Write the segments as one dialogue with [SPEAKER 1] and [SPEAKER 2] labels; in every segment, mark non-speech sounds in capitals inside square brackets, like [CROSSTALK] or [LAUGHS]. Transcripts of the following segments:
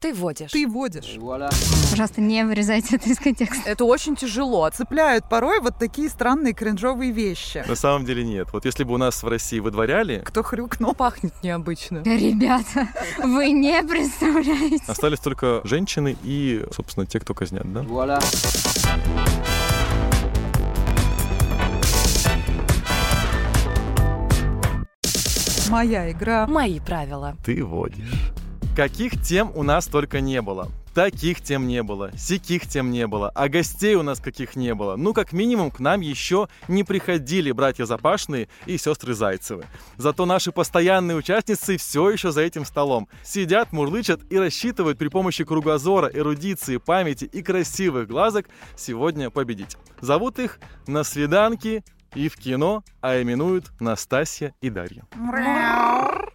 [SPEAKER 1] Ты водишь.
[SPEAKER 2] Ты водишь.
[SPEAKER 3] Пожалуйста, не вырезайте это из контекста.
[SPEAKER 1] Это очень тяжело.
[SPEAKER 2] Цепляют порой вот такие странные кринжовые вещи.
[SPEAKER 4] На самом деле нет. Вот если бы у нас в России выдворяли,
[SPEAKER 2] Кто хрюкнул?
[SPEAKER 1] Пахнет необычно.
[SPEAKER 3] Ребята, вы не представляете.
[SPEAKER 4] остались только женщины и, собственно, те, кто казнят, да?
[SPEAKER 2] Моя игра.
[SPEAKER 1] Мои правила.
[SPEAKER 5] Ты водишь.
[SPEAKER 4] Каких тем у нас только не было. Таких тем не было, сяких тем не было, а гостей у нас каких не было. Ну, как минимум, к нам еще не приходили братья Запашные и сестры Зайцевы. Зато наши постоянные участницы все еще за этим столом. Сидят, мурлычат и рассчитывают при помощи кругозора, эрудиции, памяти и красивых глазок сегодня победить. Зовут их на свиданки и в кино, а именуют Настасья и Дарья.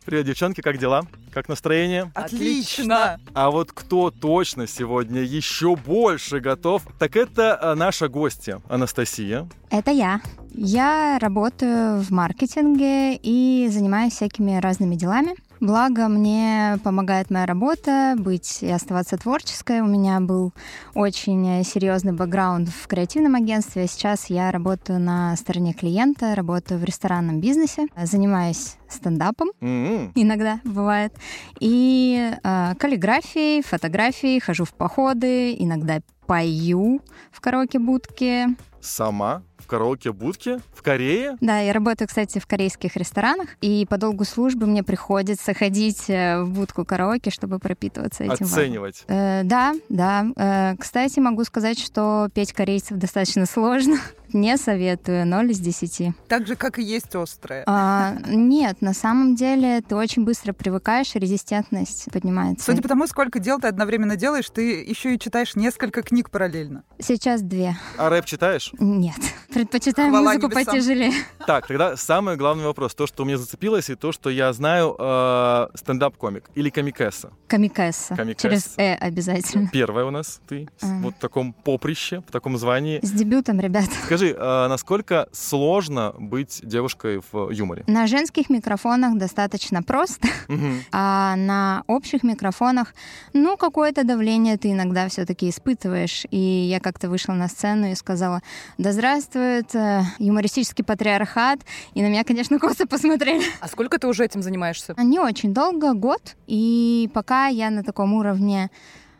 [SPEAKER 4] Привет, девчонки, как дела? Как настроение?
[SPEAKER 2] Отлично.
[SPEAKER 4] А вот кто точно сегодня еще больше готов, так это э, наша гостья Анастасия.
[SPEAKER 3] Это я. Я работаю в маркетинге и занимаюсь всякими разными делами. Благо, мне помогает моя работа быть и оставаться творческой. У меня был очень серьезный бэкграунд в креативном агентстве. Сейчас я работаю на стороне клиента, работаю в ресторанном бизнесе, занимаюсь стендапом
[SPEAKER 4] М-м.
[SPEAKER 3] иногда бывает, и э, каллиграфией, фотографией, хожу в походы, иногда пою в караоке-будке.
[SPEAKER 4] Сама в караоке-будке в Корее.
[SPEAKER 3] Да, я работаю, кстати, в корейских ресторанах, и по долгу службы мне приходится ходить э, в будку караоке, чтобы пропитываться этим. вайбом.
[SPEAKER 4] Оценивать.
[SPEAKER 3] Э, да, да. Э, кстати, могу сказать, что петь корейцев достаточно [LAUGHS] сложно. Не советую, 0 из 10.
[SPEAKER 2] Так же, как и есть острые.
[SPEAKER 3] А, нет, на самом деле ты очень быстро привыкаешь, и резистентность поднимается.
[SPEAKER 2] Судя по тому, сколько дел ты одновременно делаешь, ты еще и читаешь несколько книг параллельно.
[SPEAKER 3] Сейчас две.
[SPEAKER 4] А
[SPEAKER 3] [LAUGHS]
[SPEAKER 4] рэп читаешь?
[SPEAKER 3] Нет. Предпочитаю
[SPEAKER 2] Хвала
[SPEAKER 3] музыку
[SPEAKER 2] небесам.
[SPEAKER 3] потяжелее.
[SPEAKER 4] Так, тогда самый главный вопрос. То, что мне зацепилось, и то, что я знаю э, стендап-комик
[SPEAKER 3] [LAUGHS]
[SPEAKER 4] или комикесса.
[SPEAKER 3] Камикесса.
[SPEAKER 4] Камикесса.
[SPEAKER 3] Через «э» обязательно.
[SPEAKER 4] Первая у нас ты с-
[SPEAKER 3] Ага.
[SPEAKER 4] вот в таком поприще, в таком звании.
[SPEAKER 3] С дебютом, ребят.
[SPEAKER 4] Скажи, э, насколько сложно быть девушкой в юморе?
[SPEAKER 3] На женских микрофонах достаточно просто,
[SPEAKER 4] Мгм.
[SPEAKER 3] а на общих микрофонах, ну, какое-то давление ты иногда все-таки испытываешь. И я как-то вышла на сцену и сказала, да здравствует э, юмористический патриархат. И на меня, конечно, косо посмотрели.
[SPEAKER 1] А сколько ты уже этим занимаешься?
[SPEAKER 3] Не очень долго, год. И пока я на таком уровне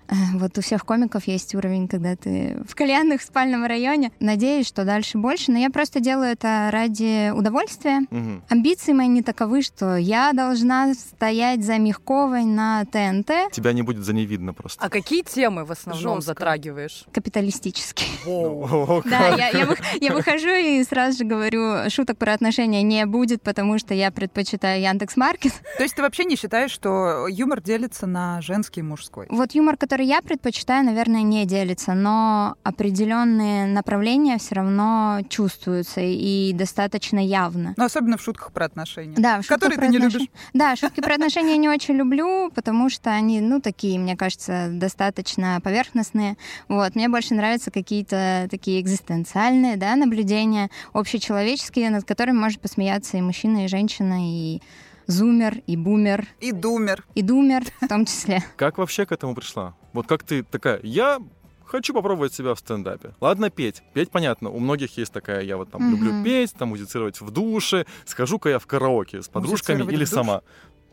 [SPEAKER 3] э, вот у всех комиков есть уровень, когда ты в кальянных в спальном районе. Надеюсь, что дальше больше. Но я просто делаю это ради удовольствия.
[SPEAKER 4] Мгм.
[SPEAKER 3] Амбиции мои не таковы, что я должна стоять за Мягковой на ТНТ
[SPEAKER 4] Тебя не будет за ней видно просто.
[SPEAKER 1] А какие темы в основном
[SPEAKER 2] Жёстко.
[SPEAKER 1] затрагиваешь?
[SPEAKER 3] капиталистически.
[SPEAKER 4] О,
[SPEAKER 3] Да,
[SPEAKER 4] как.
[SPEAKER 3] я, я вых- я выхожу и сразу же говорю, шуток про отношения не будет, потому что я предпочитаю Яндекс.Маркет.
[SPEAKER 2] То есть ты вообще не считаешь, что юмор делится на женский и мужской?
[SPEAKER 3] Вот юмор, который я предпочитаю, наверное, не делится, но определенные направления все равно чувствуются и достаточно явно.
[SPEAKER 2] Ну, особенно в шутках про отношения.
[SPEAKER 3] Да, шутки
[SPEAKER 2] Которые
[SPEAKER 3] про
[SPEAKER 2] ты не
[SPEAKER 3] отнош-
[SPEAKER 2] любишь.
[SPEAKER 3] Да, шутки про отношения я не очень люблю, потому что они, ну, такие, мне кажется, достаточно поверхностные. Вот, мне больше нравятся какие-то такие экзистенциальные, да, наблюдения, общечеловеческие, над которыми может посмеяться и мужчина, и женщина, и зумер, и бумер,
[SPEAKER 2] И думер.
[SPEAKER 3] и думер в том числе.
[SPEAKER 4] Как вообще к этому пришла? Вот как ты такая, я хочу попробовать себя в стендапе. Ладно, петь. Петь, понятно, у многих есть такая, я вот там
[SPEAKER 3] Мгм.
[SPEAKER 4] люблю петь, там музицировать в душе, схожу-ка я в караоке с подружками
[SPEAKER 2] Музицировать
[SPEAKER 4] или
[SPEAKER 2] в душе?
[SPEAKER 4] сама.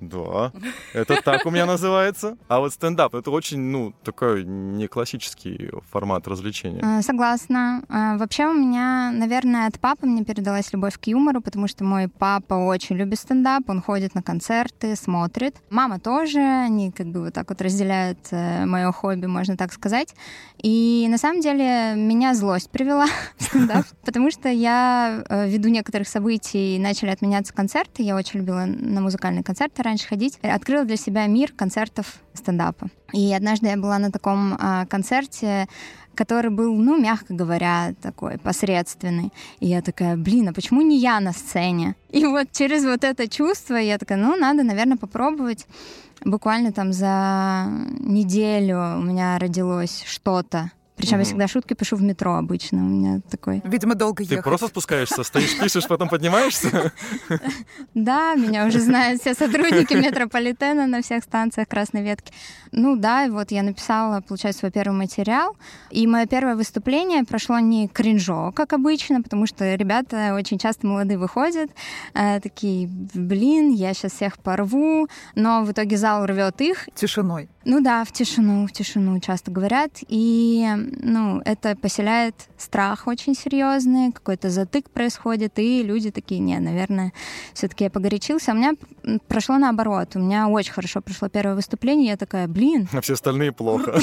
[SPEAKER 4] Да, это так у меня называется. А вот стендап, это очень, ну, такой не классический формат развлечения.
[SPEAKER 3] Э, Согласна. Э, Вообще у меня, наверное, от папы мне передалась любовь к юмору, потому что мой папа очень любит стендап, он ходит на концерты, смотрит. Мама тоже, они как бы вот так вот разделяют мое хобби, можно так сказать. И на самом деле меня злость привела [LAUGHS] в стендап, потому что я э, ввиду некоторых событий начали отменяться концерты, я очень любила на музыкальные концерты раньше ходить, Э, открыла для себя мир концертов стендапа. И однажды я была на таком э, концерте, который был, ну, мягко говоря, такой посредственный. И я такая, блин, а почему не я на сцене? И вот через вот это чувство я такая, ну, надо, наверное, попробовать. Буквально там за неделю у меня родилось что-то Причем я
[SPEAKER 4] Мгм.
[SPEAKER 3] всегда шутки пишу в метро обычно. У меня такой...
[SPEAKER 2] Видимо, долго
[SPEAKER 4] Ты
[SPEAKER 2] ехать.
[SPEAKER 4] просто спускаешься, стоишь, пишешь, потом поднимаешься.
[SPEAKER 3] Да, меня уже знают все сотрудники метрополитена на всех станциях Красной Ветки. Ну да, и вот я написала, получается, свой первый материал. И мое первое выступление прошло не кринжо, как обычно, потому что ребята очень часто молодые выходят, э, такие, блин, я сейчас всех порву, но в итоге зал рвет их,
[SPEAKER 2] Тишиной.
[SPEAKER 3] ну да, в тишину, в тишину часто говорят. И, ну, это поселяет страх очень серьезный, какой-то затык происходит, и люди такие, не, наверное, все-таки я погорячился. А у меня м, прошло наоборот. У меня очень хорошо прошло первое выступление. Я такая, блин, [LAUGHS]
[SPEAKER 4] А все остальные плохо.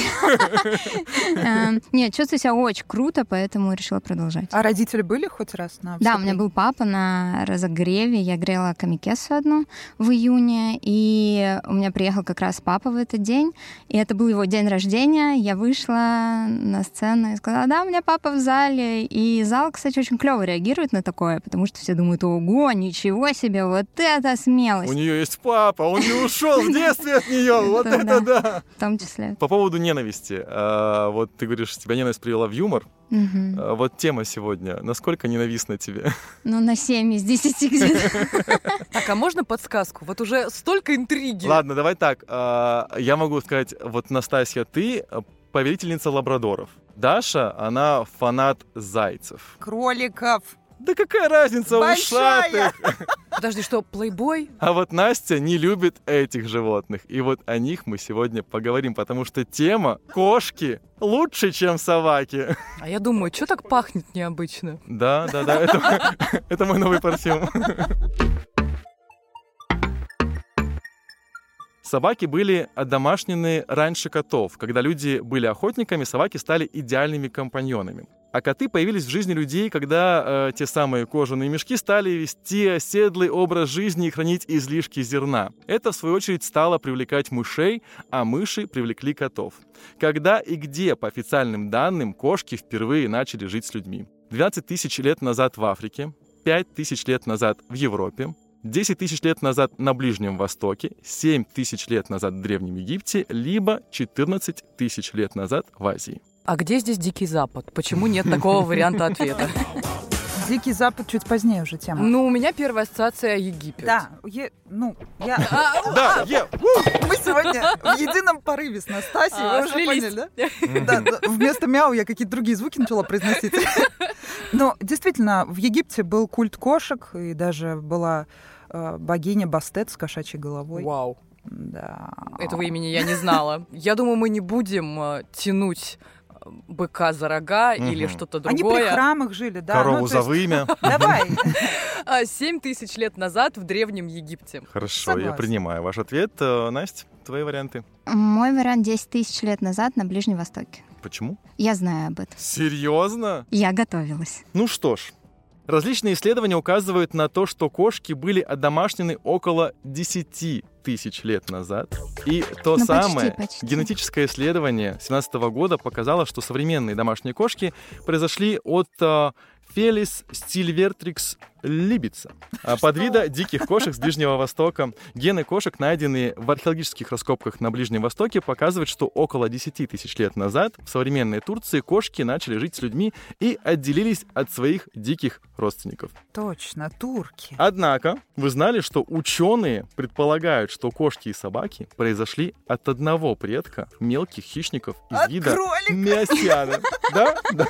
[SPEAKER 3] э, нет, чувствую себя очень круто, поэтому решила продолжать.
[SPEAKER 2] А родители были хоть раз на
[SPEAKER 3] Да, у меня
[SPEAKER 2] выступлении?
[SPEAKER 3] был папа на разогреве. Я грела камикесу одну в июне, и у меня приехал как раз папа в этот день. И это был его день рождения. Я вышла на сцену и сказала, да, у меня папа в зале. И зал, кстати, очень клево реагирует на такое, потому что все думают, ого, ничего себе, вот это
[SPEAKER 4] У
[SPEAKER 3] смелость.
[SPEAKER 4] нее есть папа, он не ушел в детстве от нее. Вот
[SPEAKER 3] Это
[SPEAKER 4] это
[SPEAKER 3] да.
[SPEAKER 4] да.
[SPEAKER 3] В том числе.
[SPEAKER 4] По поводу ненависти. А, Вот ты говоришь, тебя ненависть привела в юмор.
[SPEAKER 3] Мгм.
[SPEAKER 4] А, Вот тема сегодня. Насколько ненавистна тебе?
[SPEAKER 3] Ну, на 7 из 10 где-то.
[SPEAKER 1] Так, а можно подсказку? Вот уже столько интриги.
[SPEAKER 4] Ладно, давай так. а, Я могу сказать, вот Настасья, ты повелительница лабрадоров. Даша, она фанат зайцев.
[SPEAKER 2] Кроликов.
[SPEAKER 4] Да какая разница,
[SPEAKER 2] Большая!
[SPEAKER 4] ушатых?
[SPEAKER 1] Подожди, что, плейбой?
[SPEAKER 4] А вот Настя не любит этих животных. И вот о них мы сегодня поговорим, потому что тема кошки лучше, чем собаки.
[SPEAKER 1] А я думаю, что так пахнет необычно?
[SPEAKER 4] Да, да, да, это, это мой [LAUGHS] новый парфюм. Собаки были одомашнены раньше котов. Когда люди были охотниками, собаки стали идеальными компаньонами. А коты появились в жизни людей, когда э, те самые кожаные мешки стали вести оседлый образ жизни и хранить излишки зерна. Это, в свою очередь, стало привлекать мышей, а мыши привлекли котов. Когда и где, по официальным данным, кошки впервые начали жить с людьми? 12 тысяч лет назад в Африке, 5 тысяч лет назад в Европе, 10 тысяч лет назад на Ближнем Востоке, 7 тысяч лет назад в Древнем Египте, либо 14 тысяч лет назад в Азии.
[SPEAKER 1] А где здесь Дикий Запад? Почему нет
[SPEAKER 2] [LAUGHS]
[SPEAKER 1] такого варианта ответа?
[SPEAKER 2] Дикий Запад чуть позднее уже тема.
[SPEAKER 1] Ну, у меня первая ассоциация Египет. А,
[SPEAKER 2] Да, е- ну, я... [LAUGHS]
[SPEAKER 4] Да, е, у!
[SPEAKER 2] мы сегодня в едином порыве с Настасьей,
[SPEAKER 1] А,
[SPEAKER 2] вы уже
[SPEAKER 1] слились.
[SPEAKER 2] поняли, да? Да, да, вместо мяу я какие-то другие звуки начала произносить. [LAUGHS] Но действительно, в Египте был культ кошек, и даже была э, богиня Бастет с кошачьей головой.
[SPEAKER 1] Вау.
[SPEAKER 2] Да.
[SPEAKER 1] Этого имени я не знала. Я думаю, мы не будем э, тянуть э, быка за рога
[SPEAKER 4] Мгм.
[SPEAKER 1] или что-то
[SPEAKER 2] Они при
[SPEAKER 1] другое.
[SPEAKER 2] храмах жили, да.
[SPEAKER 4] Корову
[SPEAKER 2] ну, то
[SPEAKER 4] за
[SPEAKER 2] есть- [LAUGHS]
[SPEAKER 4] вымя.
[SPEAKER 2] Давай.
[SPEAKER 1] А, Семь тысяч лет назад в Древнем Египте.
[SPEAKER 4] Хорошо, я
[SPEAKER 2] Согласна.
[SPEAKER 4] принимаю ваш ответ. Э, Настя, твои варианты.
[SPEAKER 3] Мой вариант 10 тысяч лет назад на Ближнем Востоке.
[SPEAKER 4] Почему?
[SPEAKER 3] Я знаю об этом.
[SPEAKER 4] Серьезно?
[SPEAKER 3] Я готовилась.
[SPEAKER 4] Ну что ж, различные исследования указывают на то, что кошки были одомашнены около 10 тысяч лет назад. И то
[SPEAKER 3] Ну, почти,
[SPEAKER 4] самое
[SPEAKER 3] почти.
[SPEAKER 4] генетическое исследование 2017 года показало, что современные домашние кошки произошли от э, Фелис стильвертрикс либица, а, подвида диких кошек с Ближнего Востока. Гены кошек, найденные в археологических раскопках на Ближнем Востоке, показывают, что около 10 тысяч лет назад в современной Турции кошки начали жить с людьми и отделились от своих диких родственников.
[SPEAKER 2] Точно, турки.
[SPEAKER 4] Однако, вы знали, что ученые предполагают, что кошки и собаки произошли от одного предка мелких хищников из
[SPEAKER 2] От
[SPEAKER 4] вида
[SPEAKER 2] кролика. [LAUGHS]
[SPEAKER 4] Миосяна. Да? Да.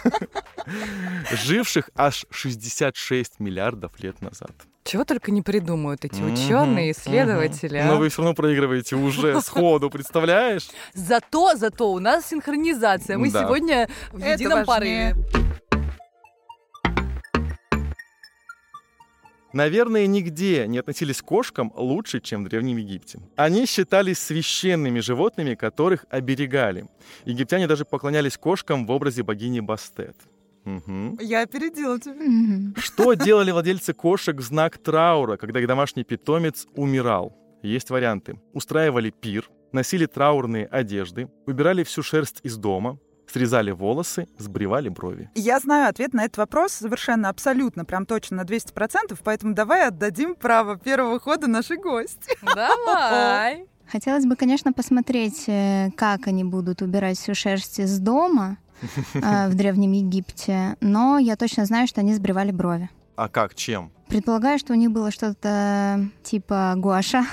[SPEAKER 4] Живших аж 66 миллиардов лет назад.
[SPEAKER 1] Чего только не придумают эти
[SPEAKER 4] Мгм,
[SPEAKER 1] ученые, исследователи.
[SPEAKER 4] мгм.
[SPEAKER 1] а.
[SPEAKER 4] Но вы все равно проигрываете уже
[SPEAKER 1] [LAUGHS]
[SPEAKER 4] сходу, представляешь?
[SPEAKER 1] Зато, зато у нас синхронизация. Мы
[SPEAKER 4] Да.
[SPEAKER 1] сегодня в
[SPEAKER 2] Это
[SPEAKER 1] едином
[SPEAKER 2] важнее.
[SPEAKER 1] порыве.
[SPEAKER 4] Наверное, нигде не относились к кошкам лучше, чем в Древнем Египте. Они считались священными животными, которых оберегали. Египтяне даже поклонялись кошкам в образе богини Бастет. Мгм.
[SPEAKER 2] Я опередила тебя.
[SPEAKER 3] Мгм.
[SPEAKER 1] [LAUGHS]
[SPEAKER 4] Что делали владельцы кошек в знак траура, когда их домашний питомец умирал? Есть варианты. Устраивали пир, носили траурные одежды, убирали всю шерсть из дома, срезали волосы, сбривали брови.
[SPEAKER 2] Я знаю ответ на этот вопрос совершенно абсолютно, прям точно на 200%, поэтому давай отдадим право первого хода нашей гости.
[SPEAKER 1] Давай.
[SPEAKER 3] Хотелось бы, конечно, посмотреть, э, как они будут убирать всю шерсть из дома. э, в Древнем Египте, но я точно знаю, что они сбривали брови.
[SPEAKER 4] А как, чем?
[SPEAKER 3] Предполагаю, что у них было что-то типа гуаша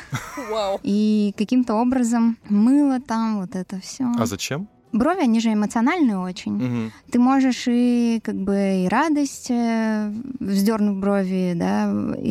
[SPEAKER 1] Вау.
[SPEAKER 3] и каким-то образом мыло там, вот это все.
[SPEAKER 4] А зачем?
[SPEAKER 3] Брови, они же эмоциональные очень.
[SPEAKER 4] Мгм.
[SPEAKER 3] Ты можешь и как бы и радость, э, вздернув брови, да,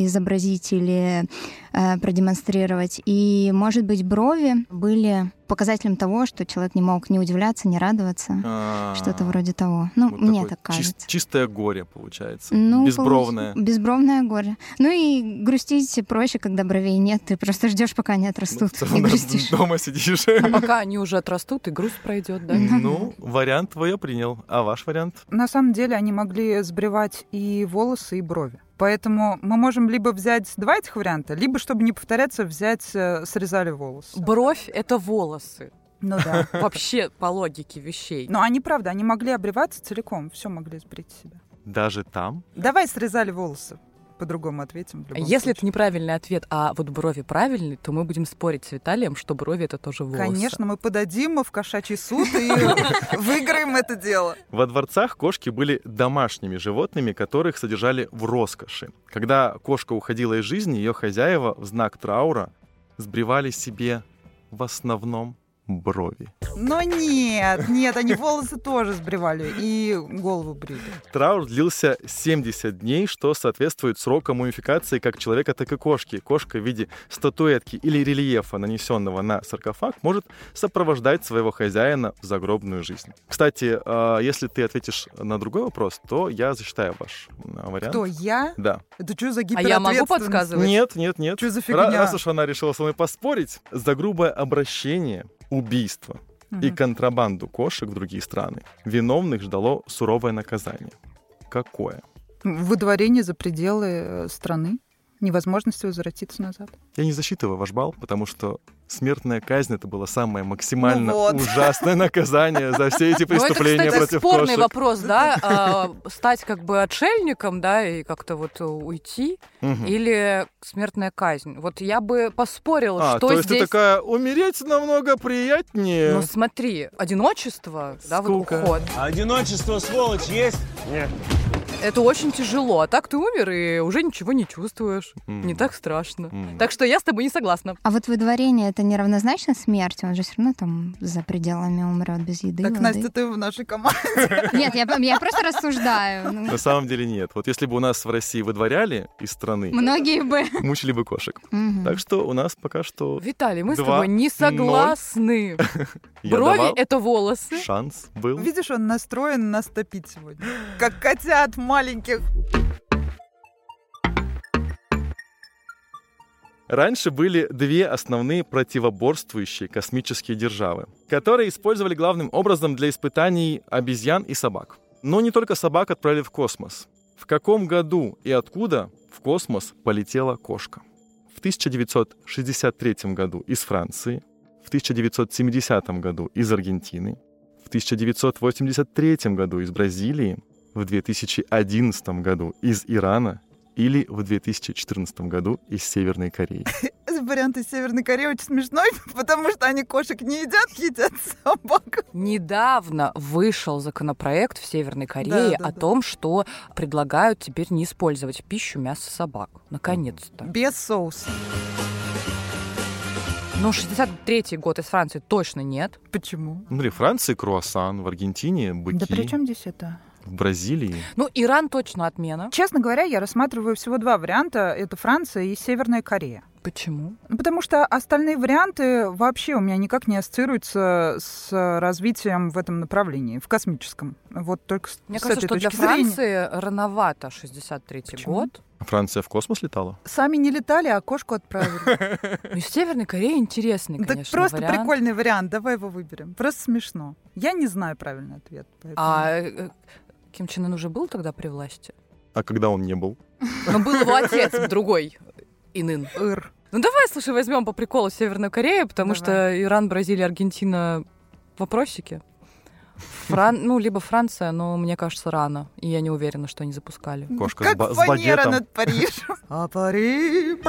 [SPEAKER 3] изобразить или э, продемонстрировать. И, может быть, брови были показателем того, что человек не мог не удивляться, не радоваться.
[SPEAKER 4] А,
[SPEAKER 3] Что-то вроде того. Ну,
[SPEAKER 4] вот
[SPEAKER 3] мне
[SPEAKER 4] такое
[SPEAKER 3] так
[SPEAKER 4] чис-
[SPEAKER 3] кажется.
[SPEAKER 4] Чистое горе получается.
[SPEAKER 3] Ну,
[SPEAKER 4] Безбровное.
[SPEAKER 3] получ- Безбровное горе. Ну и грустить проще, когда бровей нет. Ты просто ждешь, пока они [LAUGHS]
[SPEAKER 4] Ну,
[SPEAKER 3] отрастут.
[SPEAKER 4] в целом,
[SPEAKER 3] и
[SPEAKER 4] да,
[SPEAKER 3] грустишь. [LAUGHS]
[SPEAKER 4] Дома сидишь.
[SPEAKER 1] А пока они уже отрастут, и грусть пройдет, да?
[SPEAKER 4] Ну, вариант твой я принял. А ваш вариант?
[SPEAKER 2] На самом деле они могли сбривать и волосы, и брови. Поэтому мы можем либо взять два этих варианта, либо, чтобы не повторяться, взять э, срезали волосы.
[SPEAKER 1] Бровь — это волосы.
[SPEAKER 2] Ну [LAUGHS] да.
[SPEAKER 1] Вообще, по логике
[SPEAKER 4] Ну,
[SPEAKER 1] вещей.
[SPEAKER 2] Но они, правда, они могли обреваться целиком, все могли сбрить из себя.
[SPEAKER 4] Даже там?
[SPEAKER 2] Давай срезали волосы. По-другому ответим. в любом
[SPEAKER 1] Если это
[SPEAKER 2] случае.
[SPEAKER 1] неправильный ответ, а вот брови правильный, то мы будем спорить с Виталием, что брови — это тоже волосы.
[SPEAKER 2] Конечно, мы подадим в кошачий суд [LAUGHS] и выиграем это дело.
[SPEAKER 4] Во дворцах кошки были домашними животными, которых содержали в роскоши. Когда кошка уходила из жизни, ее хозяева в знак траура сбривали себе в основном брови.
[SPEAKER 2] Но нет, нет, они волосы тоже сбривали и голову брили.
[SPEAKER 4] Траур длился 70 дней, что соответствует срокам мумификации как человека, так и кошки. Кошка в виде статуэтки или рельефа, нанесенного на саркофаг, может сопровождать своего хозяина в загробную жизнь. Кстати, э, если ты ответишь на другой вопрос, то я засчитаю ваш э, вариант.
[SPEAKER 2] Кто, я?
[SPEAKER 4] Да.
[SPEAKER 2] Это что за
[SPEAKER 1] А я могу
[SPEAKER 2] гиперответственность?
[SPEAKER 1] подсказывать?
[SPEAKER 4] Нет, нет, нет.
[SPEAKER 2] Чё за
[SPEAKER 4] Ра-
[SPEAKER 2] фигня?
[SPEAKER 4] Раз уж она решила со мной поспорить, за грубое обращение, убийство
[SPEAKER 2] Мгм.
[SPEAKER 4] и контрабанду кошек в другие страны виновных ждало суровое наказание. Какое?
[SPEAKER 2] Выдворение за пределы э, страны, невозможность возвратиться назад.
[SPEAKER 4] Я не засчитываю ваш балл, потому что смертная казнь это было самое максимально
[SPEAKER 2] Ну вот.
[SPEAKER 4] ужасное наказание за все эти
[SPEAKER 1] [LAUGHS] Ну, это,
[SPEAKER 4] преступления
[SPEAKER 1] кстати,
[SPEAKER 4] против
[SPEAKER 1] спорный
[SPEAKER 4] кошек.
[SPEAKER 1] вопрос, да? а, стать как бы отшельником, да, и как-то вот э, уйти,
[SPEAKER 4] Мгм.
[SPEAKER 1] или смертная казнь. Вот я бы поспорила,
[SPEAKER 4] А,
[SPEAKER 1] что
[SPEAKER 4] то есть
[SPEAKER 1] здесь...
[SPEAKER 4] ты такая, умереть намного приятнее.
[SPEAKER 1] Ну смотри, одиночество, да, вот
[SPEAKER 4] Скука.
[SPEAKER 1] уход.
[SPEAKER 5] А Одиночество, сволочь, есть? Нет.
[SPEAKER 1] Это очень тяжело, а так ты умер и уже ничего не чувствуешь.
[SPEAKER 4] М.
[SPEAKER 1] Не так страшно.
[SPEAKER 4] М.
[SPEAKER 1] Так что я с тобой не согласна.
[SPEAKER 3] А вот выдворение это неравнозначно смерти, он же все равно там за пределами умрет без еды.
[SPEAKER 2] Как
[SPEAKER 3] воды.
[SPEAKER 2] Настя, ты в нашей команде.
[SPEAKER 3] Нет, я, я просто рассуждаю. Ну,
[SPEAKER 4] На самом деле нет. Вот если бы у нас в России выдворяли из страны,
[SPEAKER 3] Многие бы.
[SPEAKER 4] мучили бы кошек.
[SPEAKER 3] Мгм.
[SPEAKER 4] Так что у нас пока что
[SPEAKER 1] Виталий, мы с
[SPEAKER 4] Два,
[SPEAKER 1] тобой не согласны.
[SPEAKER 4] [LAUGHS] я
[SPEAKER 1] Брови
[SPEAKER 4] давал
[SPEAKER 1] — это волосы.
[SPEAKER 4] шанс был.
[SPEAKER 2] Видишь, он настроен нас топить сегодня. Как котят маленьких.
[SPEAKER 4] Раньше были две основные противоборствующие космические державы, которые использовали главным образом для испытаний обезьян и собак. Но не только собак отправили в космос. В каком году и откуда в космос полетела кошка? В 1963 году из Франции, в 1970 году из Аргентины, в 1983 году из Бразилии, в 2011 году из Ирана или в 2014 году из Северной Кореи.
[SPEAKER 2] Вариант из Северной Кореи очень смешной, [LAUGHS] потому что они кошек не едят, едят собак.
[SPEAKER 1] Недавно вышел законопроект в Северной Корее
[SPEAKER 2] да,
[SPEAKER 1] о
[SPEAKER 2] да.
[SPEAKER 1] том, что предлагают теперь не использовать в пищу мясо собак. Наконец-то.
[SPEAKER 2] Без соуса.
[SPEAKER 1] Но 63-й Ну, год из Франции точно нет.
[SPEAKER 2] Почему?
[SPEAKER 4] [LAUGHS] Смотри, Франции круассан, в Аргентине быки,
[SPEAKER 2] Да при чем здесь это?
[SPEAKER 4] в Бразилии.
[SPEAKER 1] Ну, Иран точно отмена.
[SPEAKER 2] Честно говоря, я рассматриваю всего два варианта. Это Франция и Северная Корея.
[SPEAKER 1] Почему?
[SPEAKER 2] Ну, Потому что остальные варианты вообще у меня никак не ассоциируются с развитием в этом направлении, в космическом. Вот только с,
[SPEAKER 1] Мне
[SPEAKER 2] с
[SPEAKER 1] кажется, что
[SPEAKER 2] этой
[SPEAKER 1] для
[SPEAKER 2] точки зрения.
[SPEAKER 1] Франции рановато 63-й
[SPEAKER 2] Почему?
[SPEAKER 1] год.
[SPEAKER 4] А Франция в космос летала?
[SPEAKER 2] Сами не летали, а кошку [LAUGHS] отправили.
[SPEAKER 1] Ну, из Северной Кореи интересный,
[SPEAKER 2] Так
[SPEAKER 1] конечно,
[SPEAKER 2] просто
[SPEAKER 1] вариант.
[SPEAKER 2] прикольный вариант, давай его выберем. Просто смешно. Я не знаю правильный ответ. поэтому-
[SPEAKER 1] А э, Ким Чен Ын уже был тогда при власти?
[SPEAKER 4] А когда он не был?
[SPEAKER 1] Но был его отец другой, Инын.
[SPEAKER 2] Ир.
[SPEAKER 1] Ну давай, слушай, возьмем по приколу Северную Корею, потому
[SPEAKER 2] Давай.
[SPEAKER 1] что Иран, Бразилия, Аргентина вопросики. Фран... Ну, либо Франция, но мне кажется, рано. И я не уверена, что они запускали.
[SPEAKER 4] Кошка с,
[SPEAKER 2] Как
[SPEAKER 4] ба- с
[SPEAKER 2] фанера
[SPEAKER 4] багетом.
[SPEAKER 2] над Парижем. [LAUGHS] А Париж... [LAUGHS]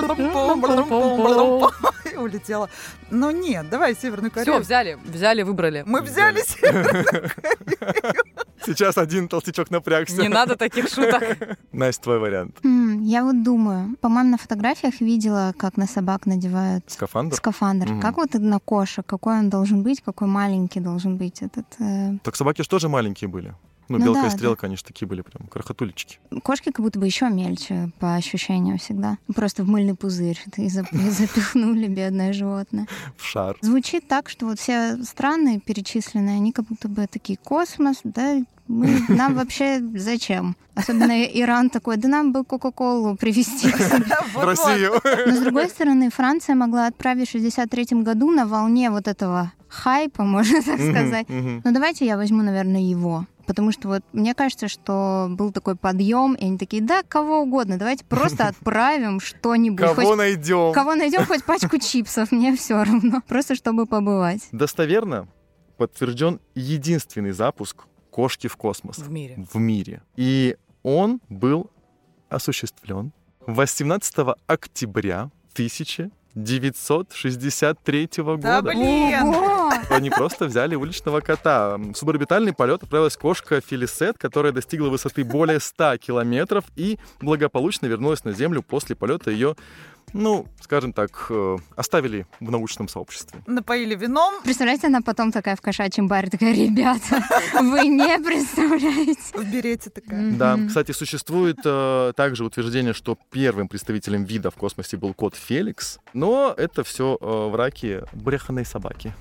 [SPEAKER 2] блум-пум-блум-пум-блум-пум. И Улетела. Ну нет, давай Северную
[SPEAKER 1] Все,
[SPEAKER 2] Корею.
[SPEAKER 1] взяли, взяли, выбрали.
[SPEAKER 2] Мы
[SPEAKER 4] Взяли.
[SPEAKER 2] взяли Северную Корею.
[SPEAKER 4] [LAUGHS] Сейчас один толстячок напрягся.
[SPEAKER 1] Не надо таких шуток.
[SPEAKER 4] [LAUGHS] Настя, твой вариант.
[SPEAKER 3] М, Я вот думаю, по-моему, на фотографиях видела, как на собак надевают
[SPEAKER 4] Скафандр?
[SPEAKER 3] скафандр.
[SPEAKER 4] Мгм.
[SPEAKER 3] Как вот на кошек, какой он должен быть, какой маленький должен быть этот. э,
[SPEAKER 4] Так собаки же тоже маленькие были. Ну,
[SPEAKER 3] Ну
[SPEAKER 4] белка
[SPEAKER 3] да,
[SPEAKER 4] и
[SPEAKER 3] да.
[SPEAKER 4] стрелка, они же такие были прям, крохотулечки. [LAUGHS]
[SPEAKER 3] Кошки как будто бы еще мельче по ощущениям всегда. Просто в мыльный пузырь это и зап- и запихнули бедное животное.
[SPEAKER 4] В шар.
[SPEAKER 3] Звучит так, что вот все страны перечисленные, они как будто бы такие космос, да, мы, нам вообще зачем? Особенно Иран такой, да нам бы Кока-Колу привезти.
[SPEAKER 4] В Россию.
[SPEAKER 3] Но с другой стороны, Франция могла отправить в 63 году на волне вот этого хайпа, можно так
[SPEAKER 4] Мгм,
[SPEAKER 3] сказать.
[SPEAKER 4] мгм.
[SPEAKER 3] Ну давайте я возьму, наверное, его. Потому что вот мне кажется, что был такой подъем, и они такие, да, кого угодно, давайте
[SPEAKER 4] [LAUGHS]
[SPEAKER 3] просто отправим что-нибудь.
[SPEAKER 4] Кого
[SPEAKER 3] хоть-
[SPEAKER 4] найдем?
[SPEAKER 3] Кого найдем, хоть пачку чипсов, мне все равно. Просто чтобы побывать.
[SPEAKER 4] Достоверно подтвержден единственный запуск кошки в космос
[SPEAKER 1] В мире.
[SPEAKER 4] в мире. И он был осуществлен 18 октября 1963
[SPEAKER 2] Да,
[SPEAKER 4] года.
[SPEAKER 2] блин. Лен!
[SPEAKER 3] Ого!
[SPEAKER 4] Они просто взяли уличного кота. В суборбитальный полет отправилась кошка Филисет, которая достигла высоты более 100 километров и благополучно вернулась на Землю после полета ее, ну, скажем так, э, оставили в научном сообществе.
[SPEAKER 2] Напоили вином.
[SPEAKER 3] Представляете, она потом такая в кошачьем баре, такая, ребята, вы не представляете.
[SPEAKER 2] В берете такая.
[SPEAKER 3] Мгм.
[SPEAKER 4] Да, кстати, существует э, также утверждение, что первым представителем вида в космосе был кот Феликс, но это все в раке бреханой собаки.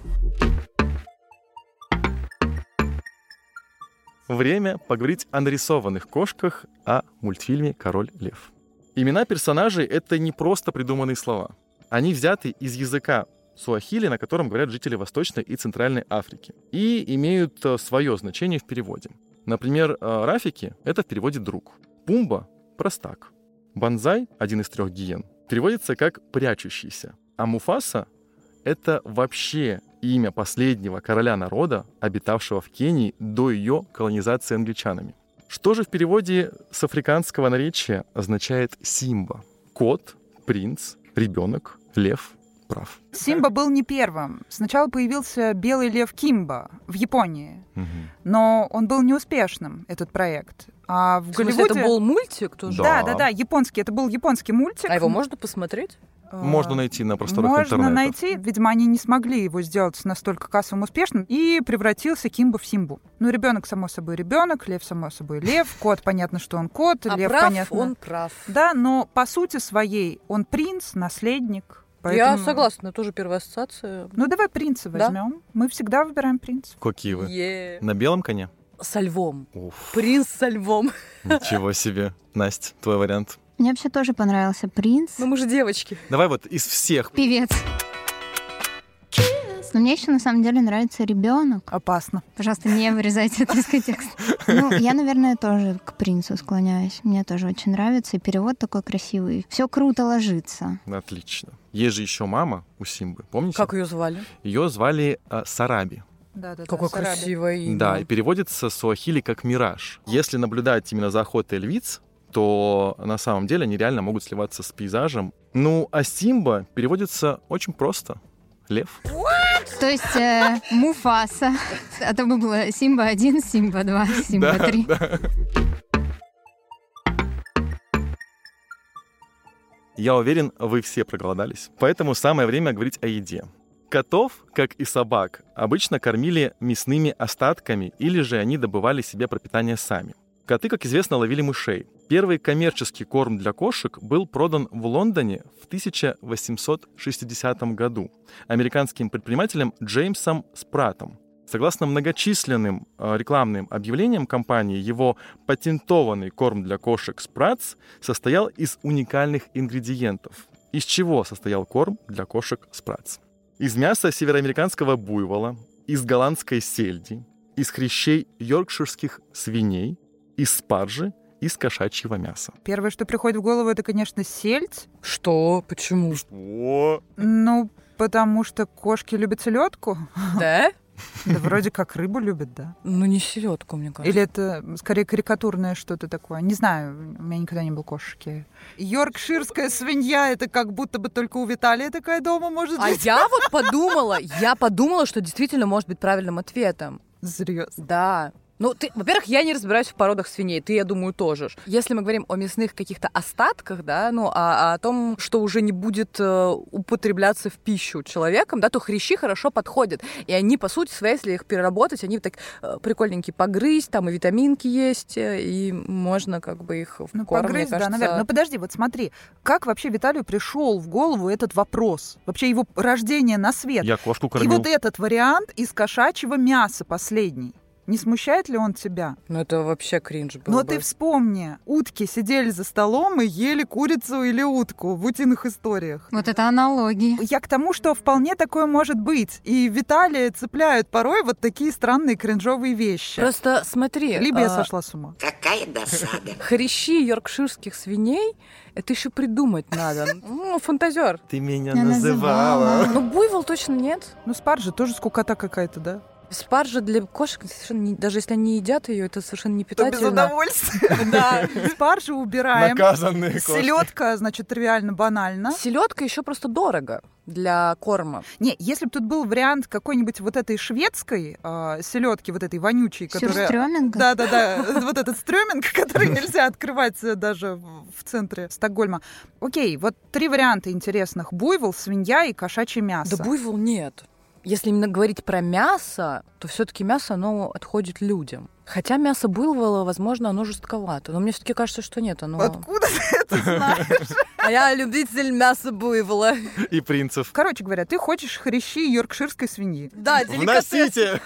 [SPEAKER 4] Время поговорить о нарисованных кошках, о мультфильме «Король лев». Имена персонажей — это не просто придуманные слова. Они взяты из языка суахили, на котором говорят жители Восточной и Центральной Африки, и имеют свое значение в переводе. Например, э, Рафики — это в переводе «друг». Пумба — «простак». Банзай, один из трех гиен, переводится как «прячущийся». А Муфаса — это вообще имя последнего короля народа, обитавшего в Кении до ее колонизации англичанами. Что же в переводе с африканского наречия означает «симба»? Кот, принц, ребенок, лев, прав.
[SPEAKER 2] Симба был не первым. Сначала появился белый лев Кимба в Японии, но он был неуспешным, этот проект. А в,
[SPEAKER 1] В смысле,
[SPEAKER 2] Голливуде...
[SPEAKER 1] это был мультик тоже?
[SPEAKER 2] Да,
[SPEAKER 4] Да.
[SPEAKER 2] да, да, японский. Это был японский мультик.
[SPEAKER 1] А его можно посмотреть?
[SPEAKER 2] Э,
[SPEAKER 4] Можно найти на просторах
[SPEAKER 2] Можно
[SPEAKER 4] интернета.
[SPEAKER 2] найти. Видимо, они не смогли его сделать настолько кассовым успешным. И превратился Кимба в Симбу. Ну, ребенок, само собой, ребенок, лев, само собой, лев, кот, понятно, что он кот,
[SPEAKER 1] А
[SPEAKER 2] лев,
[SPEAKER 1] прав
[SPEAKER 2] понятно.
[SPEAKER 1] он прав.
[SPEAKER 2] Да, но по сути своей он принц, наследник.
[SPEAKER 1] Я
[SPEAKER 2] поэтому-
[SPEAKER 1] согласна, тоже первая ассоциация.
[SPEAKER 2] Ну, давай принца
[SPEAKER 1] Да.
[SPEAKER 2] возьмем. Мы всегда выбираем принца.
[SPEAKER 4] Какие вы?
[SPEAKER 1] Е.
[SPEAKER 4] На белом коне?
[SPEAKER 1] Со львом.
[SPEAKER 4] Уф.
[SPEAKER 1] Принц со львом.
[SPEAKER 4] Ничего себе. Настя, твой вариант.
[SPEAKER 3] Мне вообще тоже понравился принц.
[SPEAKER 1] Ну мы же девочки.
[SPEAKER 4] Давай вот из всех.
[SPEAKER 3] Певец. Но мне еще на самом деле нравится ребенок.
[SPEAKER 2] Опасно.
[SPEAKER 3] Пожалуйста, не вырезайте это из контекста. Ну, я, наверное, тоже к принцу склоняюсь. Мне тоже очень нравится. И перевод такой красивый. Все круто ложится.
[SPEAKER 4] Отлично. Есть же еще мама у Симбы, помните?
[SPEAKER 1] Как ее звали?
[SPEAKER 4] Ее звали а, Сараби.
[SPEAKER 2] Да, да, да,
[SPEAKER 1] Какое
[SPEAKER 2] Сараби.
[SPEAKER 1] красивое имя.
[SPEAKER 4] Да, и переводится с уахили как «мираж». Если наблюдать именно за охотой львиц, то на самом деле они реально могут сливаться с пейзажем. Ну, а Симба переводится очень просто. Лев.
[SPEAKER 3] То есть э, Муфаса. А то бы было Симба 1, Симба 2, Симба 3.
[SPEAKER 4] Я уверен, вы все проголодались. Поэтому самое время говорить о еде. Котов, как и собак, обычно кормили мясными остатками или же они добывали себе пропитание сами. Коты, как известно, ловили мышей. Первый коммерческий корм для кошек был продан в Лондоне в 1860 году американским предпринимателем Джеймсом Спратом. Согласно многочисленным э, рекламным объявлениям компании, его патентованный корм для кошек Спратс состоял из уникальных ингредиентов. Из чего состоял корм для кошек Спратс? Из мяса североамериканского буйвола, из голландской сельди, из хрящей йоркширских свиней, из спаржи, из кошачьего мяса.
[SPEAKER 2] Первое, что приходит в голову, это, конечно, сельдь.
[SPEAKER 1] Что? Почему?
[SPEAKER 2] Ну, потому что кошки любят селедку.
[SPEAKER 1] Да?
[SPEAKER 2] [LAUGHS] Да вроде как рыбу любят, да.
[SPEAKER 1] Ну не селедку, мне кажется.
[SPEAKER 2] Или это скорее карикатурное что-то такое? Не знаю, у меня никогда не было кошки. Йоркширская свинья, это как будто бы только у Виталия такая дома может
[SPEAKER 1] А
[SPEAKER 2] быть.
[SPEAKER 1] я вот подумала, я подумала, что действительно может быть правильным ответом.
[SPEAKER 2] Серьезно.
[SPEAKER 1] Да. Ну, ты, во-первых, я не разбираюсь в породах свиней, ты, я думаю, тоже. ж. Если мы говорим о мясных каких-то остатках, да, ну, а, а о том, что уже не будет э, употребляться в пищу человеком, да, то хрящи хорошо подходят. И они, по сути своей, если их переработать, они так э, прикольненькие погрызть, там и витаминки есть, э, и можно как бы их в
[SPEAKER 2] Ну,
[SPEAKER 1] корм, мне
[SPEAKER 2] погрызть,
[SPEAKER 1] кажется.
[SPEAKER 2] да, наверное. Но подожди, вот смотри, как вообще Виталию пришел в голову этот вопрос? Вообще его рождение на свет?
[SPEAKER 4] Я кошку
[SPEAKER 2] И
[SPEAKER 4] кормил.
[SPEAKER 2] вот этот вариант из кошачьего мяса последний. Не смущает ли он тебя?
[SPEAKER 1] Ну, это вообще кринж был бы.
[SPEAKER 2] Но Ну, а ты вспомни, утки сидели за столом и ели курицу или утку в утиных историях.
[SPEAKER 3] Вот это аналогии.
[SPEAKER 2] Я к тому, что вполне такое может быть. И Виталия цепляют порой вот такие странные кринжовые вещи.
[SPEAKER 1] Просто смотри.
[SPEAKER 2] Либо я
[SPEAKER 1] а,
[SPEAKER 2] сошла с ума.
[SPEAKER 6] Какая досада.
[SPEAKER 1] Хрящи йоркширских свиней, это еще придумать
[SPEAKER 2] [LAUGHS]
[SPEAKER 1] надо. Ну, фантазер.
[SPEAKER 4] Ты меня
[SPEAKER 3] Я называла.
[SPEAKER 1] Ну, буйвол точно нет.
[SPEAKER 2] Ну, спаржа тоже скукота какая-то, да?
[SPEAKER 1] Спаржа для кошек совершенно не- даже если они едят ее, это совершенно не
[SPEAKER 2] Да без
[SPEAKER 1] питательно.
[SPEAKER 2] удовольствия. Да, спаржу убираем.
[SPEAKER 4] Наказанные кошки.
[SPEAKER 2] Селедка, значит, тривиально банально.
[SPEAKER 1] Селедка еще просто дорого для корма.
[SPEAKER 2] Не, если бы тут был вариант какой-нибудь вот этой шведской а, селедки, вот этой вонючей, которая...
[SPEAKER 3] Сюрстрёминг?
[SPEAKER 2] Да, да, [LAUGHS] да. Вот этот стрёминг, который нельзя открывать э, даже в в центре Стокгольма. Окей, вот три варианта интересных: буйвол, свинья и кошачье мясо.
[SPEAKER 1] Да буйвол нет. Если именно говорить про мясо, то все-таки мясо, оно отходит людям. Хотя мясо буйвола, возможно, оно жестковато. Но мне все-таки кажется, что нет. Оно...
[SPEAKER 2] Откуда [LAUGHS] ты это знаешь?
[SPEAKER 1] А я любитель мяса буйвола.
[SPEAKER 4] И принцев.
[SPEAKER 2] Короче говоря, ты хочешь хрящи йоркширской свиньи.
[SPEAKER 1] Да,
[SPEAKER 4] Вносите!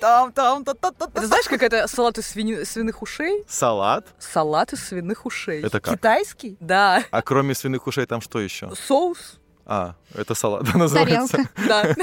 [SPEAKER 2] Там, там, та, та, та, та.
[SPEAKER 1] Это знаешь, как это салат из свини- свиных ушей?
[SPEAKER 4] Салат.
[SPEAKER 1] Салат из свиных ушей.
[SPEAKER 4] Это как?
[SPEAKER 2] Китайский?
[SPEAKER 1] Да.
[SPEAKER 4] А кроме свиных ушей там что еще?
[SPEAKER 1] Соус.
[SPEAKER 4] А, это салат [LAUGHS] да, называется.
[SPEAKER 3] Тарелка.
[SPEAKER 1] Да.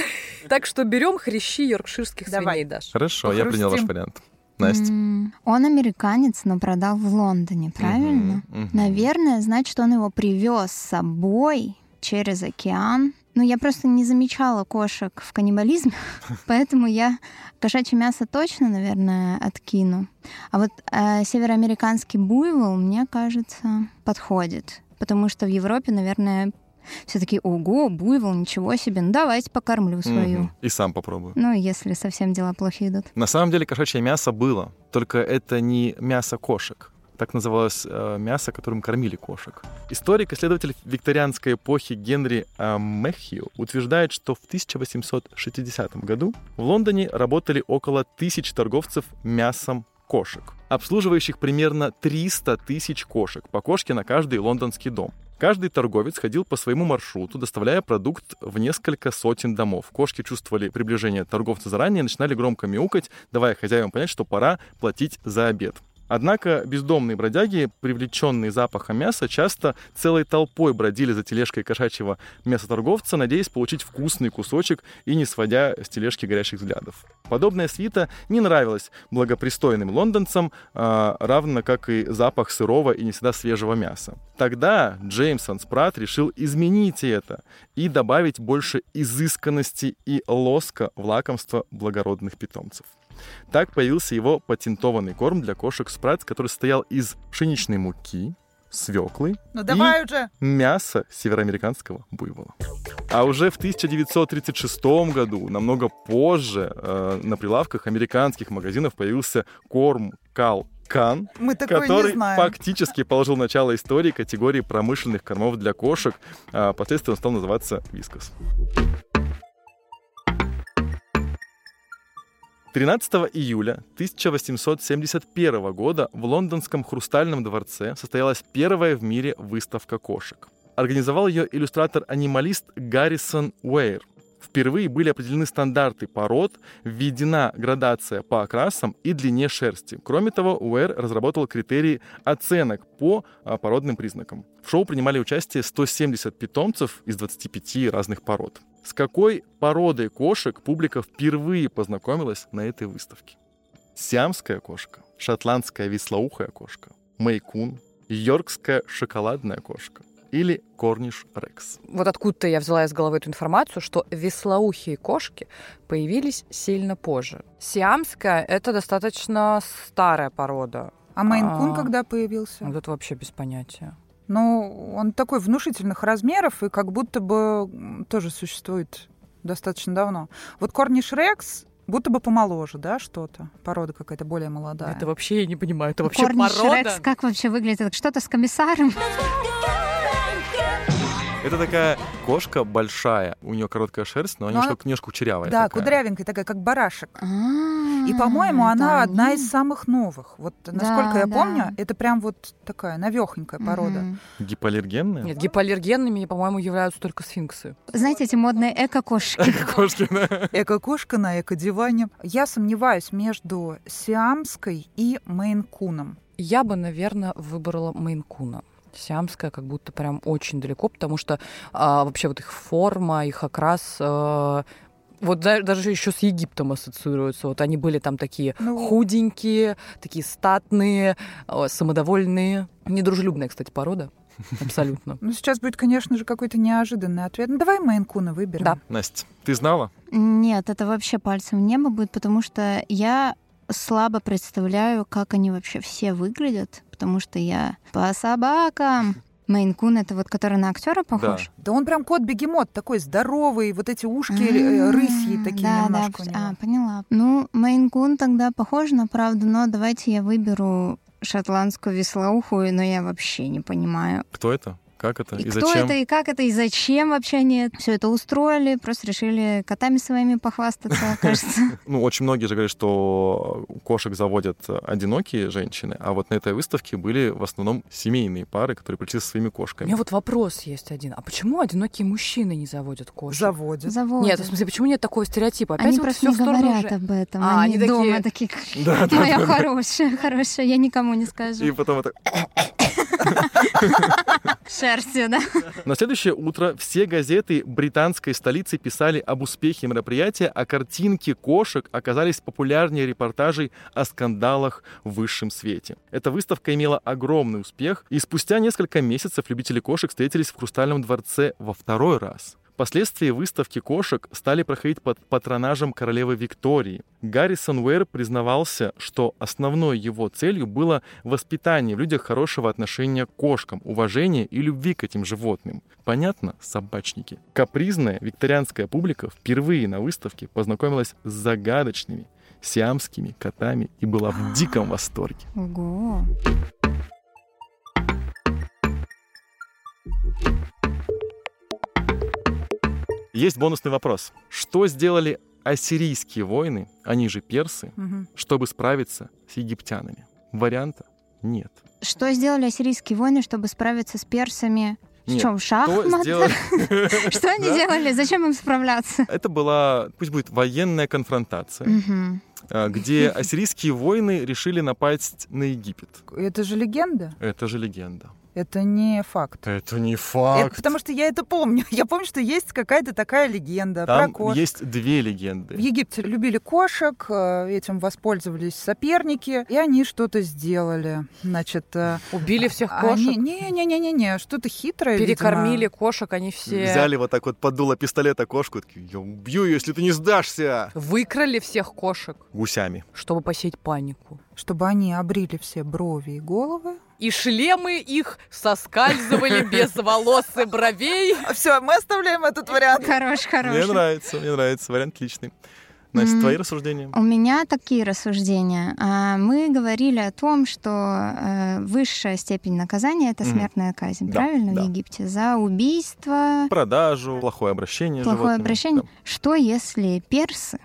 [SPEAKER 1] Так что берем хрящи йоркширских
[SPEAKER 2] Давай.
[SPEAKER 1] свиней, Даш.
[SPEAKER 4] Хорошо, я принял ваш
[SPEAKER 2] Похрустим.
[SPEAKER 4] вариант. Настя.
[SPEAKER 3] М, Он американец, но продал в Лондоне, правильно?
[SPEAKER 4] Мгм, мгм.
[SPEAKER 3] Наверное, значит, он его привез с собой через океан. Ну, я просто не замечала кошек в каннибализме, [LAUGHS] поэтому я кошачье мясо точно, наверное, откину. А вот э, североамериканский буйвол, мне кажется, подходит. Потому что в Европе, наверное, все таки ого, буйвол, ничего себе, ну давайте покормлю свою.
[SPEAKER 4] Мгм. И сам попробую.
[SPEAKER 3] Ну, если совсем дела плохи идут.
[SPEAKER 4] На самом деле кошачье мясо было, только это не мясо кошек. Так называлось э, мясо, которым кормили кошек. Историк-исследователь викторианской эпохи Генри э, Мэхью утверждает, что в 1860 году в Лондоне работали около тысяч торговцев мясом кошек, обслуживающих примерно 300 тысяч кошек по кошке на каждый лондонский дом. Каждый торговец ходил по своему маршруту, доставляя продукт в несколько сотен домов. Кошки чувствовали приближение торговца заранее, и начинали громко мяукать, давая хозяевам понять, что пора платить за обед. Однако бездомные бродяги, привлеченные запахом мяса, часто целой толпой бродили за тележкой кошачьего мясоторговца, надеясь получить вкусный кусочек и не сводя с тележки горящих взглядов. Подобная свита не нравилась благопристойным лондонцам, а, равно как и запах сырого и не всегда свежего мяса. Тогда Джеймсон Спрат решил изменить это и добавить больше изысканности и лоска в лакомство благородных питомцев. Так появился его патентованный корм для кошек Спрат, который состоял из пшеничной муки, свеклы,
[SPEAKER 2] Ну
[SPEAKER 4] И-
[SPEAKER 2] давай уже.
[SPEAKER 4] мяса североамериканского буйвола. А уже в 1936 году, намного позже, э, на прилавках американских магазинов появился корм Кал Кан,
[SPEAKER 2] Мы такое не
[SPEAKER 4] который
[SPEAKER 2] знаем.
[SPEAKER 4] фактически положил начало истории категории промышленных кормов для кошек. А впоследствии он стал называться Вискас. 13 июля 1871 года в лондонском Хрустальном дворце состоялась первая в мире выставка кошек. Организовал ее иллюстратор-анималист Гаррисон Уэйр. Впервые были определены стандарты пород, введена градация по окрасам и длине шерсти. Кроме того, Уэр разработал критерии оценок по а, породным признакам. В шоу принимали участие 170 питомцев из 25 разных пород. С какой породой кошек публика впервые познакомилась на этой выставке? Сиамская кошка, шотландская вислоухая кошка, мейкун, йоркская шоколадная кошка или корниш рекс.
[SPEAKER 1] вот откуда-то я взяла из головы эту информацию, что веслоухие кошки появились сильно позже. Сиамская — это достаточно старая порода.
[SPEAKER 2] А Мейн-кун
[SPEAKER 1] А.
[SPEAKER 2] когда появился?
[SPEAKER 1] Вот это вообще без понятия.
[SPEAKER 2] Ну, он такой внушительных размеров и как будто бы м, тоже существует достаточно давно. Вот Корниш Рекс Будто бы помоложе, да, что-то. Порода какая-то более молодая.
[SPEAKER 1] Это вообще я не понимаю, это вообще
[SPEAKER 3] Ну, Корни
[SPEAKER 1] порода.
[SPEAKER 3] Шрекс, как вообще выглядит? Что-то с комиссаром?
[SPEAKER 4] Это такая кошка большая. У нее короткая шерсть, но,
[SPEAKER 2] Но
[SPEAKER 4] немножко,
[SPEAKER 2] Ну, она-
[SPEAKER 4] немножко кучерявая.
[SPEAKER 2] да,
[SPEAKER 4] такая.
[SPEAKER 2] кудрявенькая такая, как барашек. И,
[SPEAKER 3] И,
[SPEAKER 2] по-моему, она одна из самых новых. Вот, насколько я
[SPEAKER 3] да.
[SPEAKER 2] помню, это прям вот такая навехонькая порода.
[SPEAKER 4] Гипоаллергенная?
[SPEAKER 1] Нет, гипоаллергенными, по-моему, являются только сфинксы.
[SPEAKER 3] Знаете, эти модные
[SPEAKER 2] [LAUGHS]
[SPEAKER 3] эко-кошки?
[SPEAKER 4] [LAUGHS] Кошки, да.
[SPEAKER 2] Эко-кошка на эко-диване. Я сомневаюсь между сиамской и мейнкуном.
[SPEAKER 1] Я бы, наверное, выбрала мейнкуна. Сиамская как будто прям очень далеко, потому что а, вообще вот их форма, их окрас... а, вот да- даже еще с Египтом ассоциируются. Вот они были там такие
[SPEAKER 2] Ну.
[SPEAKER 1] худенькие, такие статные, а, самодовольные. Недружелюбная, кстати, порода. Абсолютно.
[SPEAKER 2] Ну, сейчас будет, конечно же, какой-то неожиданный ответ. Ну, давай мейнкуна выберем.
[SPEAKER 1] Да.
[SPEAKER 4] Настя, ты знала?
[SPEAKER 3] Нет, это вообще пальцем в небо будет, потому что я слабо представляю, как они вообще все выглядят, потому что я по собакам. Мейн-кун это вот который на актера похож?
[SPEAKER 2] Да он прям кот-бегемот, такой здоровый, вот эти ушки
[SPEAKER 3] А,
[SPEAKER 2] э, рысьи такие
[SPEAKER 3] да, да,
[SPEAKER 2] немножко у
[SPEAKER 3] пс-
[SPEAKER 2] него.
[SPEAKER 3] А, поняла. Ну, Мейн-кун тогда похож на правду, но давайте я выберу шотландскую веслоухую, но я вообще не понимаю.
[SPEAKER 4] Кто это? Как это?
[SPEAKER 3] И,
[SPEAKER 4] И,
[SPEAKER 3] кто
[SPEAKER 4] зачем?
[SPEAKER 3] это, и как это, и зачем вообще они все это устроили, просто решили котами своими
[SPEAKER 4] [LAUGHS]
[SPEAKER 3] похвастаться, кажется.
[SPEAKER 4] Ну, очень многие же говорят, что кошек заводят одинокие женщины, а вот на этой выставке были в основном семейные пары, которые пришли со своими
[SPEAKER 1] У
[SPEAKER 4] кошками.
[SPEAKER 1] меня вот вопрос есть один. А почему одинокие мужчины не заводят кошек?
[SPEAKER 2] Заводит.
[SPEAKER 3] Заводят.
[SPEAKER 1] Нет, в смысле, почему нет такого стереотипа? Опять
[SPEAKER 3] Они
[SPEAKER 1] вот
[SPEAKER 3] просто
[SPEAKER 1] всё
[SPEAKER 3] не
[SPEAKER 1] в сторону
[SPEAKER 3] говорят
[SPEAKER 1] же-
[SPEAKER 3] об этом.
[SPEAKER 1] А, они
[SPEAKER 3] они,
[SPEAKER 1] такие-
[SPEAKER 3] дома
[SPEAKER 4] [LAUGHS]
[SPEAKER 3] такие,
[SPEAKER 4] Да, да,
[SPEAKER 3] моя
[SPEAKER 4] да, да.
[SPEAKER 3] хорошая, хорошая, я никому не скажу.
[SPEAKER 4] И потом это...
[SPEAKER 3] Шерстью, да?
[SPEAKER 4] На следующее утро все газеты британской столицы писали об успехе мероприятия, а картинки кошек оказались популярнее репортажей о скандалах в высшем свете. Эта выставка имела огромный успех, и спустя несколько месяцев любители кошек встретились в Хрустальном дворце во второй раз. Впоследствии выставки кошек стали проходить под патронажем королевы Виктории. Гаррисон Уэр признавался, что основной его целью было воспитание в людях хорошего отношения к кошкам, уважения и любви к этим животным. Понятно, собачники? Капризная викторианская публика впервые на выставке познакомилась с загадочными сиамскими котами и была в диком восторге.
[SPEAKER 3] Ого.
[SPEAKER 4] Есть бонусный вопрос. Что сделали ассирийские воины, они же персы,
[SPEAKER 2] Мгм.
[SPEAKER 4] чтобы справиться с египтянами? Варианта нет.
[SPEAKER 3] Что сделали ассирийские войны, чтобы справиться с персами? В
[SPEAKER 4] Нет,
[SPEAKER 3] чем
[SPEAKER 4] Что
[SPEAKER 3] шахмат?
[SPEAKER 4] сделали?
[SPEAKER 3] [LAUGHS] Что они
[SPEAKER 4] Да.
[SPEAKER 3] делали? Зачем им справляться?
[SPEAKER 4] Это была, пусть будет, военная конфронтация,
[SPEAKER 3] Мгм. [LAUGHS]
[SPEAKER 4] а, где ассирийские воины решили напасть на Египет.
[SPEAKER 2] Это же легенда,
[SPEAKER 4] Это же легенда.
[SPEAKER 2] это не факт.
[SPEAKER 4] Это не
[SPEAKER 2] Это
[SPEAKER 4] факт.
[SPEAKER 2] потому что я это помню. [LAUGHS] Я помню, что есть какая-то такая легенда про
[SPEAKER 4] Там
[SPEAKER 2] кошек.
[SPEAKER 4] есть две
[SPEAKER 2] В
[SPEAKER 4] легенды.
[SPEAKER 2] Египте любили кошек, э, этим воспользовались соперники, и они что-то сделали. Значит, э,
[SPEAKER 1] Убили всех
[SPEAKER 3] а
[SPEAKER 1] кошек,
[SPEAKER 2] они... Не-не-не-не-не, что-то хитрое, видимо.
[SPEAKER 1] перекормили кошек, они все...
[SPEAKER 4] Взяли вот так вот под дуло пистолета кошку, и такие, я убью ее, если ты не сдашься.
[SPEAKER 1] Выкрали всех кошек,
[SPEAKER 4] Гусями.
[SPEAKER 1] чтобы посеять панику.
[SPEAKER 2] Чтобы они обрили все брови и головы.
[SPEAKER 1] И шлемы их [LAUGHS] соскальзывали без волос и бровей.
[SPEAKER 2] Все, мы оставляем этот вариант.
[SPEAKER 3] Хорош,
[SPEAKER 4] Мне
[SPEAKER 3] хорош.
[SPEAKER 4] нравится, мне нравится, вариант отличный. Настя,
[SPEAKER 3] М.
[SPEAKER 4] твои рассуждения?
[SPEAKER 3] У меня такие рассуждения. А, Мы говорили о том, что э, высшая степень наказания это
[SPEAKER 4] Мгм.
[SPEAKER 3] смертная казнь,
[SPEAKER 4] Да,
[SPEAKER 3] правильно,
[SPEAKER 4] да.
[SPEAKER 3] в Египте? За убийство,
[SPEAKER 4] Продажу, плохое обращение с
[SPEAKER 3] плохое
[SPEAKER 4] животными.
[SPEAKER 3] обращение. Что если персы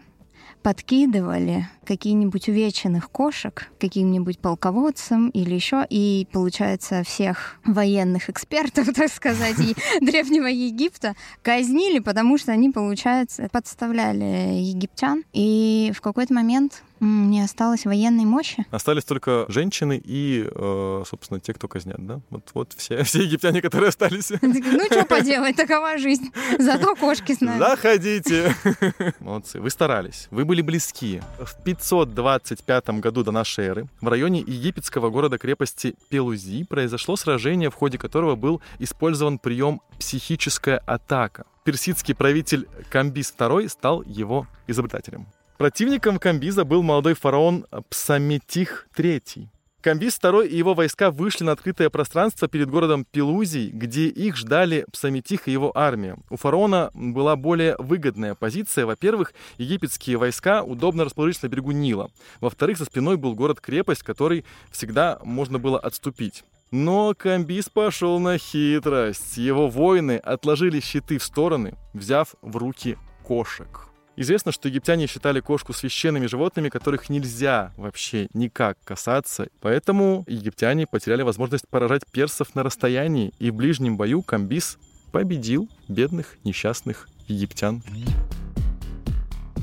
[SPEAKER 3] подкидывали какие-нибудь увеченных кошек каким-нибудь полководцам или еще, и, получается, всех военных экспертов, [LAUGHS] так сказать, и Древнего Египта казнили, потому что они, получается, подставляли египтян. И в какой-то момент м, не осталось военной мощи. [LAUGHS]
[SPEAKER 4] Да. Остались только женщины и, э, собственно, те, кто казнят, да? Вот, вот все, [LAUGHS] все египтяне, которые остались.
[SPEAKER 3] Ну, что поделать, такова жизнь. Зато кошки с нами.
[SPEAKER 4] Заходите. [LAUGHS] Молодцы, вы старались, вы были близки. В 525 году до нашей эры в районе египетского города-крепости Пелузи произошло сражение, в ходе которого был использован прием «психическая атака». Персидский правитель Камбис II стал его изобретателем. Противником Камбиза был молодой фараон Псаметих III. Камбис II и его войска вышли на открытое пространство перед городом Пелузий, где их ждали Псаметих и его армия. У фараона была более выгодная позиция. Во-первых, египетские войска удобно расположились на берегу Нила. Во-вторых, за спиной был город-крепость, который всегда можно было отступить. Но Камбис пошел на хитрость. Его воины отложили щиты в стороны, взяв в руки кошек. Известно, что египтяне считали кошку священными животными, которых нельзя вообще никак касаться. Поэтому египтяне потеряли возможность поражать персов на расстоянии, и в ближнем бою Камбис победил бедных несчастных египтян.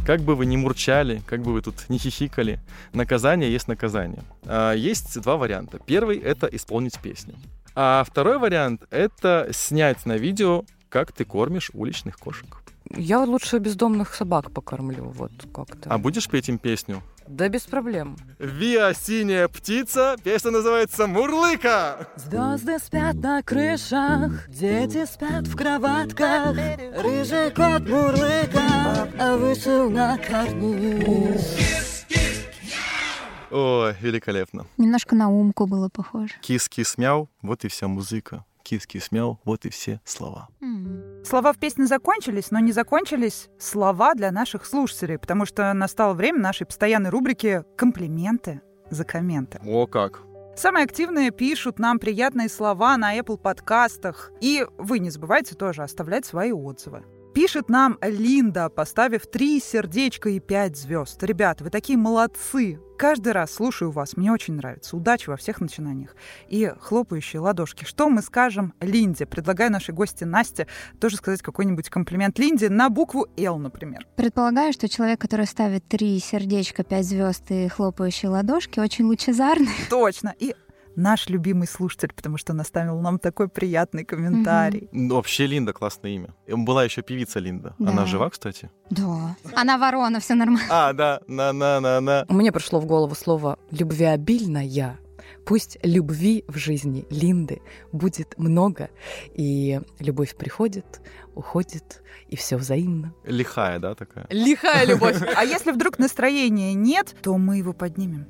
[SPEAKER 4] Как бы вы ни мурчали, как бы вы тут не хихикали, наказание есть наказание. А, Есть два варианта. Первый — это исполнить песню. А второй вариант — это снять на видео, как ты кормишь уличных кошек.
[SPEAKER 1] Я вот лучше бездомных собак покормлю, вот как-то.
[SPEAKER 4] А будешь петь им песню?
[SPEAKER 1] Да без проблем.
[SPEAKER 4] Виа синяя птица. Песня называется Мурлыка.
[SPEAKER 6] Звезды спят на крышах, дети спят в кроватках, рыжий кот мурлыка вышел на карниз.
[SPEAKER 4] О, великолепно.
[SPEAKER 3] Немножко на умку было похоже.
[SPEAKER 4] Кис-кис мяу, вот и вся музыка. Кис-кис мяу, вот и все слова.
[SPEAKER 3] М.
[SPEAKER 2] Слова в песне закончились, но не закончились слова для наших слушателей, потому что настало время нашей постоянной рубрики «Комплименты за комменты».
[SPEAKER 4] О, как.
[SPEAKER 2] Самые активные пишут нам приятные слова на Apple подкастах. И вы не забывайте тоже оставлять свои отзывы. Пишет нам Линда, поставив три сердечка и пять звезд. Ребята, вы такие молодцы. Каждый раз слушаю вас, мне очень нравится. Удачи во всех начинаниях. И хлопающие ладошки. Что мы скажем Линде? Предлагаю нашей гости Насте тоже сказать какой-нибудь комплимент Линде на букву «Л», например.
[SPEAKER 3] Предполагаю, что человек, который ставит три сердечка, пять звезд и хлопающие ладошки, очень
[SPEAKER 2] [LAUGHS]
[SPEAKER 3] лучезарный.
[SPEAKER 2] Точно. И наш любимый слушатель, потому что он оставил нам такой приятный комментарий.
[SPEAKER 4] Ну, вообще Линда классное имя. И Была еще певица Линда.
[SPEAKER 3] Да.
[SPEAKER 4] Она жива, кстати?
[SPEAKER 3] Да. Она ворона, все нормально.
[SPEAKER 4] А, да, на-на-на-на.
[SPEAKER 1] Мне пришло в голову слово «любвеобильная». Пусть любви в жизни Линды будет много, и любовь приходит, уходит, и все взаимно.
[SPEAKER 4] Лихая, да, такая?
[SPEAKER 1] Лихая любовь.
[SPEAKER 2] А если вдруг настроения нет, то мы его поднимем.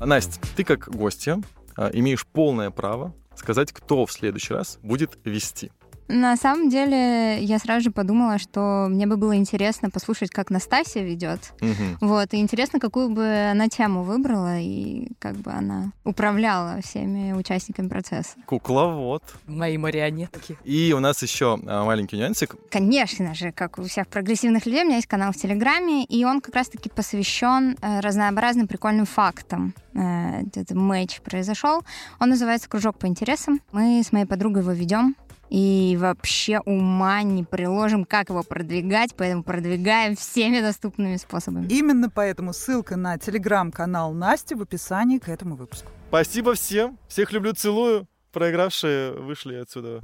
[SPEAKER 4] Настя, ты как гостья а, имеешь полное право сказать, кто в следующий раз будет вести.
[SPEAKER 3] На самом деле, я сразу же подумала, что мне бы было интересно послушать, как Настасья ведет.
[SPEAKER 4] Мгм.
[SPEAKER 3] Вот, и интересно, какую бы она тему выбрала и как бы она управляла всеми участниками процесса.
[SPEAKER 4] Кукловод.
[SPEAKER 1] [LAUGHS] Мои марионетки.
[SPEAKER 4] И у нас еще а, маленький нюансик.
[SPEAKER 3] Конечно же, как у всех прогрессивных людей, у меня есть канал в Телеграме, и он как раз-таки посвящен э, разнообразным прикольным фактам. Э, Этот матч произошел. Он называется «Кружок по интересам». Мы с моей подругой его ведем. И вообще ума не приложим, как его продвигать, поэтому продвигаем всеми доступными способами.
[SPEAKER 2] Именно поэтому ссылка на телеграм-канал Насти в описании к этому выпуску.
[SPEAKER 4] Спасибо всем. Всех люблю, целую. Проигравшие вышли отсюда.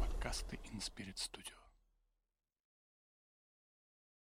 [SPEAKER 7] Подкасты InSpirit Studio.